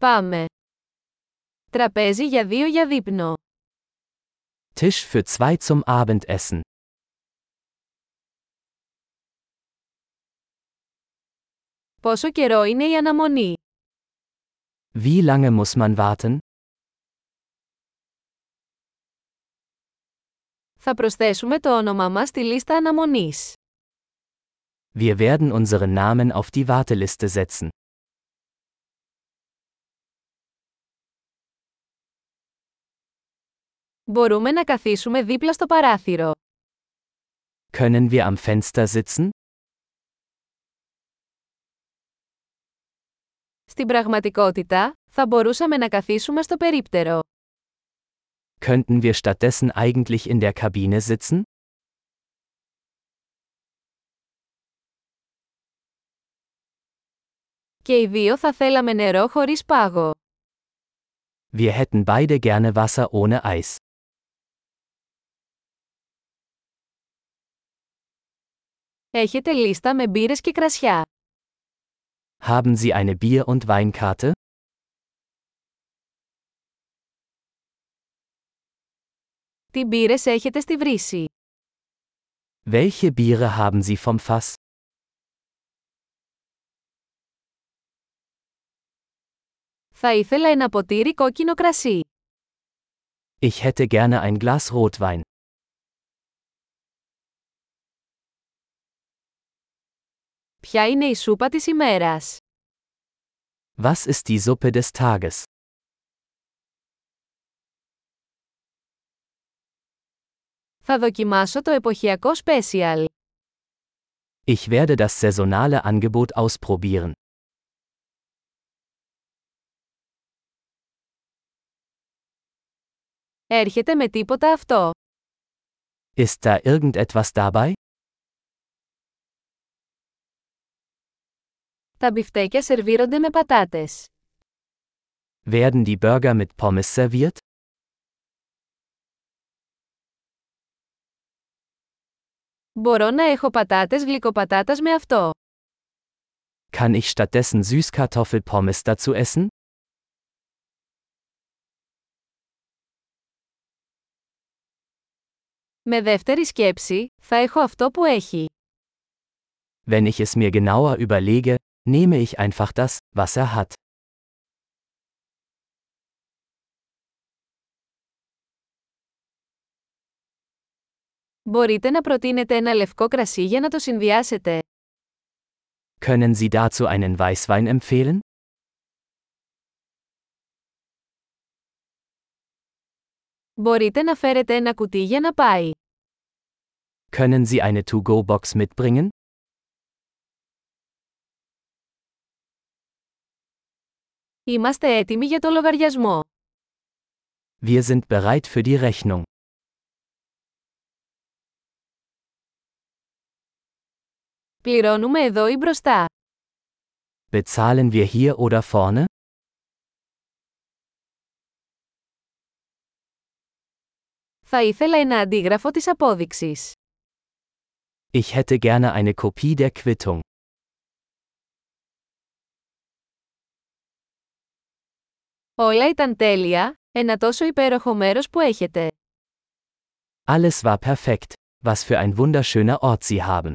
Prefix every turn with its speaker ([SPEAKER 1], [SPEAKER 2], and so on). [SPEAKER 1] Πάμε. Τραπέζι για δύο για δείπνο.
[SPEAKER 2] Tisch für zwei zum Abendessen.
[SPEAKER 1] Πόσο καιρό είναι η αναμονή.
[SPEAKER 2] Wie lange muss man warten?
[SPEAKER 1] Θα προσθέσουμε το όνομά μας στη λίστα αναμονής.
[SPEAKER 2] Wir werden unseren Namen auf die Warteliste setzen.
[SPEAKER 1] Μπορούμε να καθίσουμε δίπλα στο παράθυρο.
[SPEAKER 2] Können wir am Fenster sitzen?
[SPEAKER 1] Στην πραγματικότητα, θα μπορούσαμε να καθίσουμε στο περίπτερο.
[SPEAKER 2] Könnten wir stattdessen eigentlich in der Kabine sitzen?
[SPEAKER 1] Και οι δύο θα θέλαμε νερό χωρίς πάγο.
[SPEAKER 2] Wir hätten beide gerne Wasser ohne Eis.
[SPEAKER 1] Έχετε λίστα με μπύρες και κρασιά.
[SPEAKER 2] Haben Sie eine Bier- und Weinkarte?
[SPEAKER 1] Τι μπύρες έχετε στη βρύση.
[SPEAKER 2] Welche Biere haben Sie vom Fass?
[SPEAKER 1] Θα ήθελα ένα ποτήρι κόκκινο κρασί.
[SPEAKER 2] Ich hätte gerne ein Glas Rotwein.
[SPEAKER 1] Ποια είναι η σούπα της ημέρας.
[SPEAKER 2] Was ist die Suppe des Tages?
[SPEAKER 1] Θα δοκιμάσω το εποχιακό special.
[SPEAKER 2] Ich werde das saisonale Angebot ausprobieren.
[SPEAKER 1] Έρχεται με τίποτα αυτό.
[SPEAKER 2] Ist da irgendetwas dabei?
[SPEAKER 1] Τα μπιφτέκια σερβίρονται με πατάτες.
[SPEAKER 2] Werden die Burger mit Pommes serviert?
[SPEAKER 1] Μπορώ να έχω πατάτες γλυκοπατάτας με αυτό.
[SPEAKER 2] Kann ich stattdessen Süßkartoffelpommes dazu essen?
[SPEAKER 1] Με δεύτερη σκέψη, θα έχω αυτό που έχει.
[SPEAKER 2] Wenn ich es mir genauer überlege, nehme ich einfach das, was er hat.
[SPEAKER 1] Μπορείτε να προτείνετε ένα λευκό κρασί για να το συνδυάσετε.
[SPEAKER 2] Können Sie dazu einen Weißwein empfehlen?
[SPEAKER 1] Μπορείτε να φέρετε ένα κουτί για να πάει.
[SPEAKER 2] Können Sie eine To-Go-Box mitbringen?
[SPEAKER 1] Είμαστε έτοιμοι για το λογαριασμό.
[SPEAKER 2] Wir sind bereit für die Rechnung.
[SPEAKER 1] Πληρώνουμε εδώ ή μπροστά.
[SPEAKER 2] Bezahlen wir hier oder vorne?
[SPEAKER 1] Θα ήθελα ένα αντίγραφο της απόδειξης.
[SPEAKER 2] Ich hätte gerne eine Kopie der Quittung.
[SPEAKER 1] Όλα ήταν τέλεια, ένα τόσο υπέροχο μέρος που έχετε.
[SPEAKER 2] Alles war perfekt. Was für ein wunderschöner Ort Sie haben.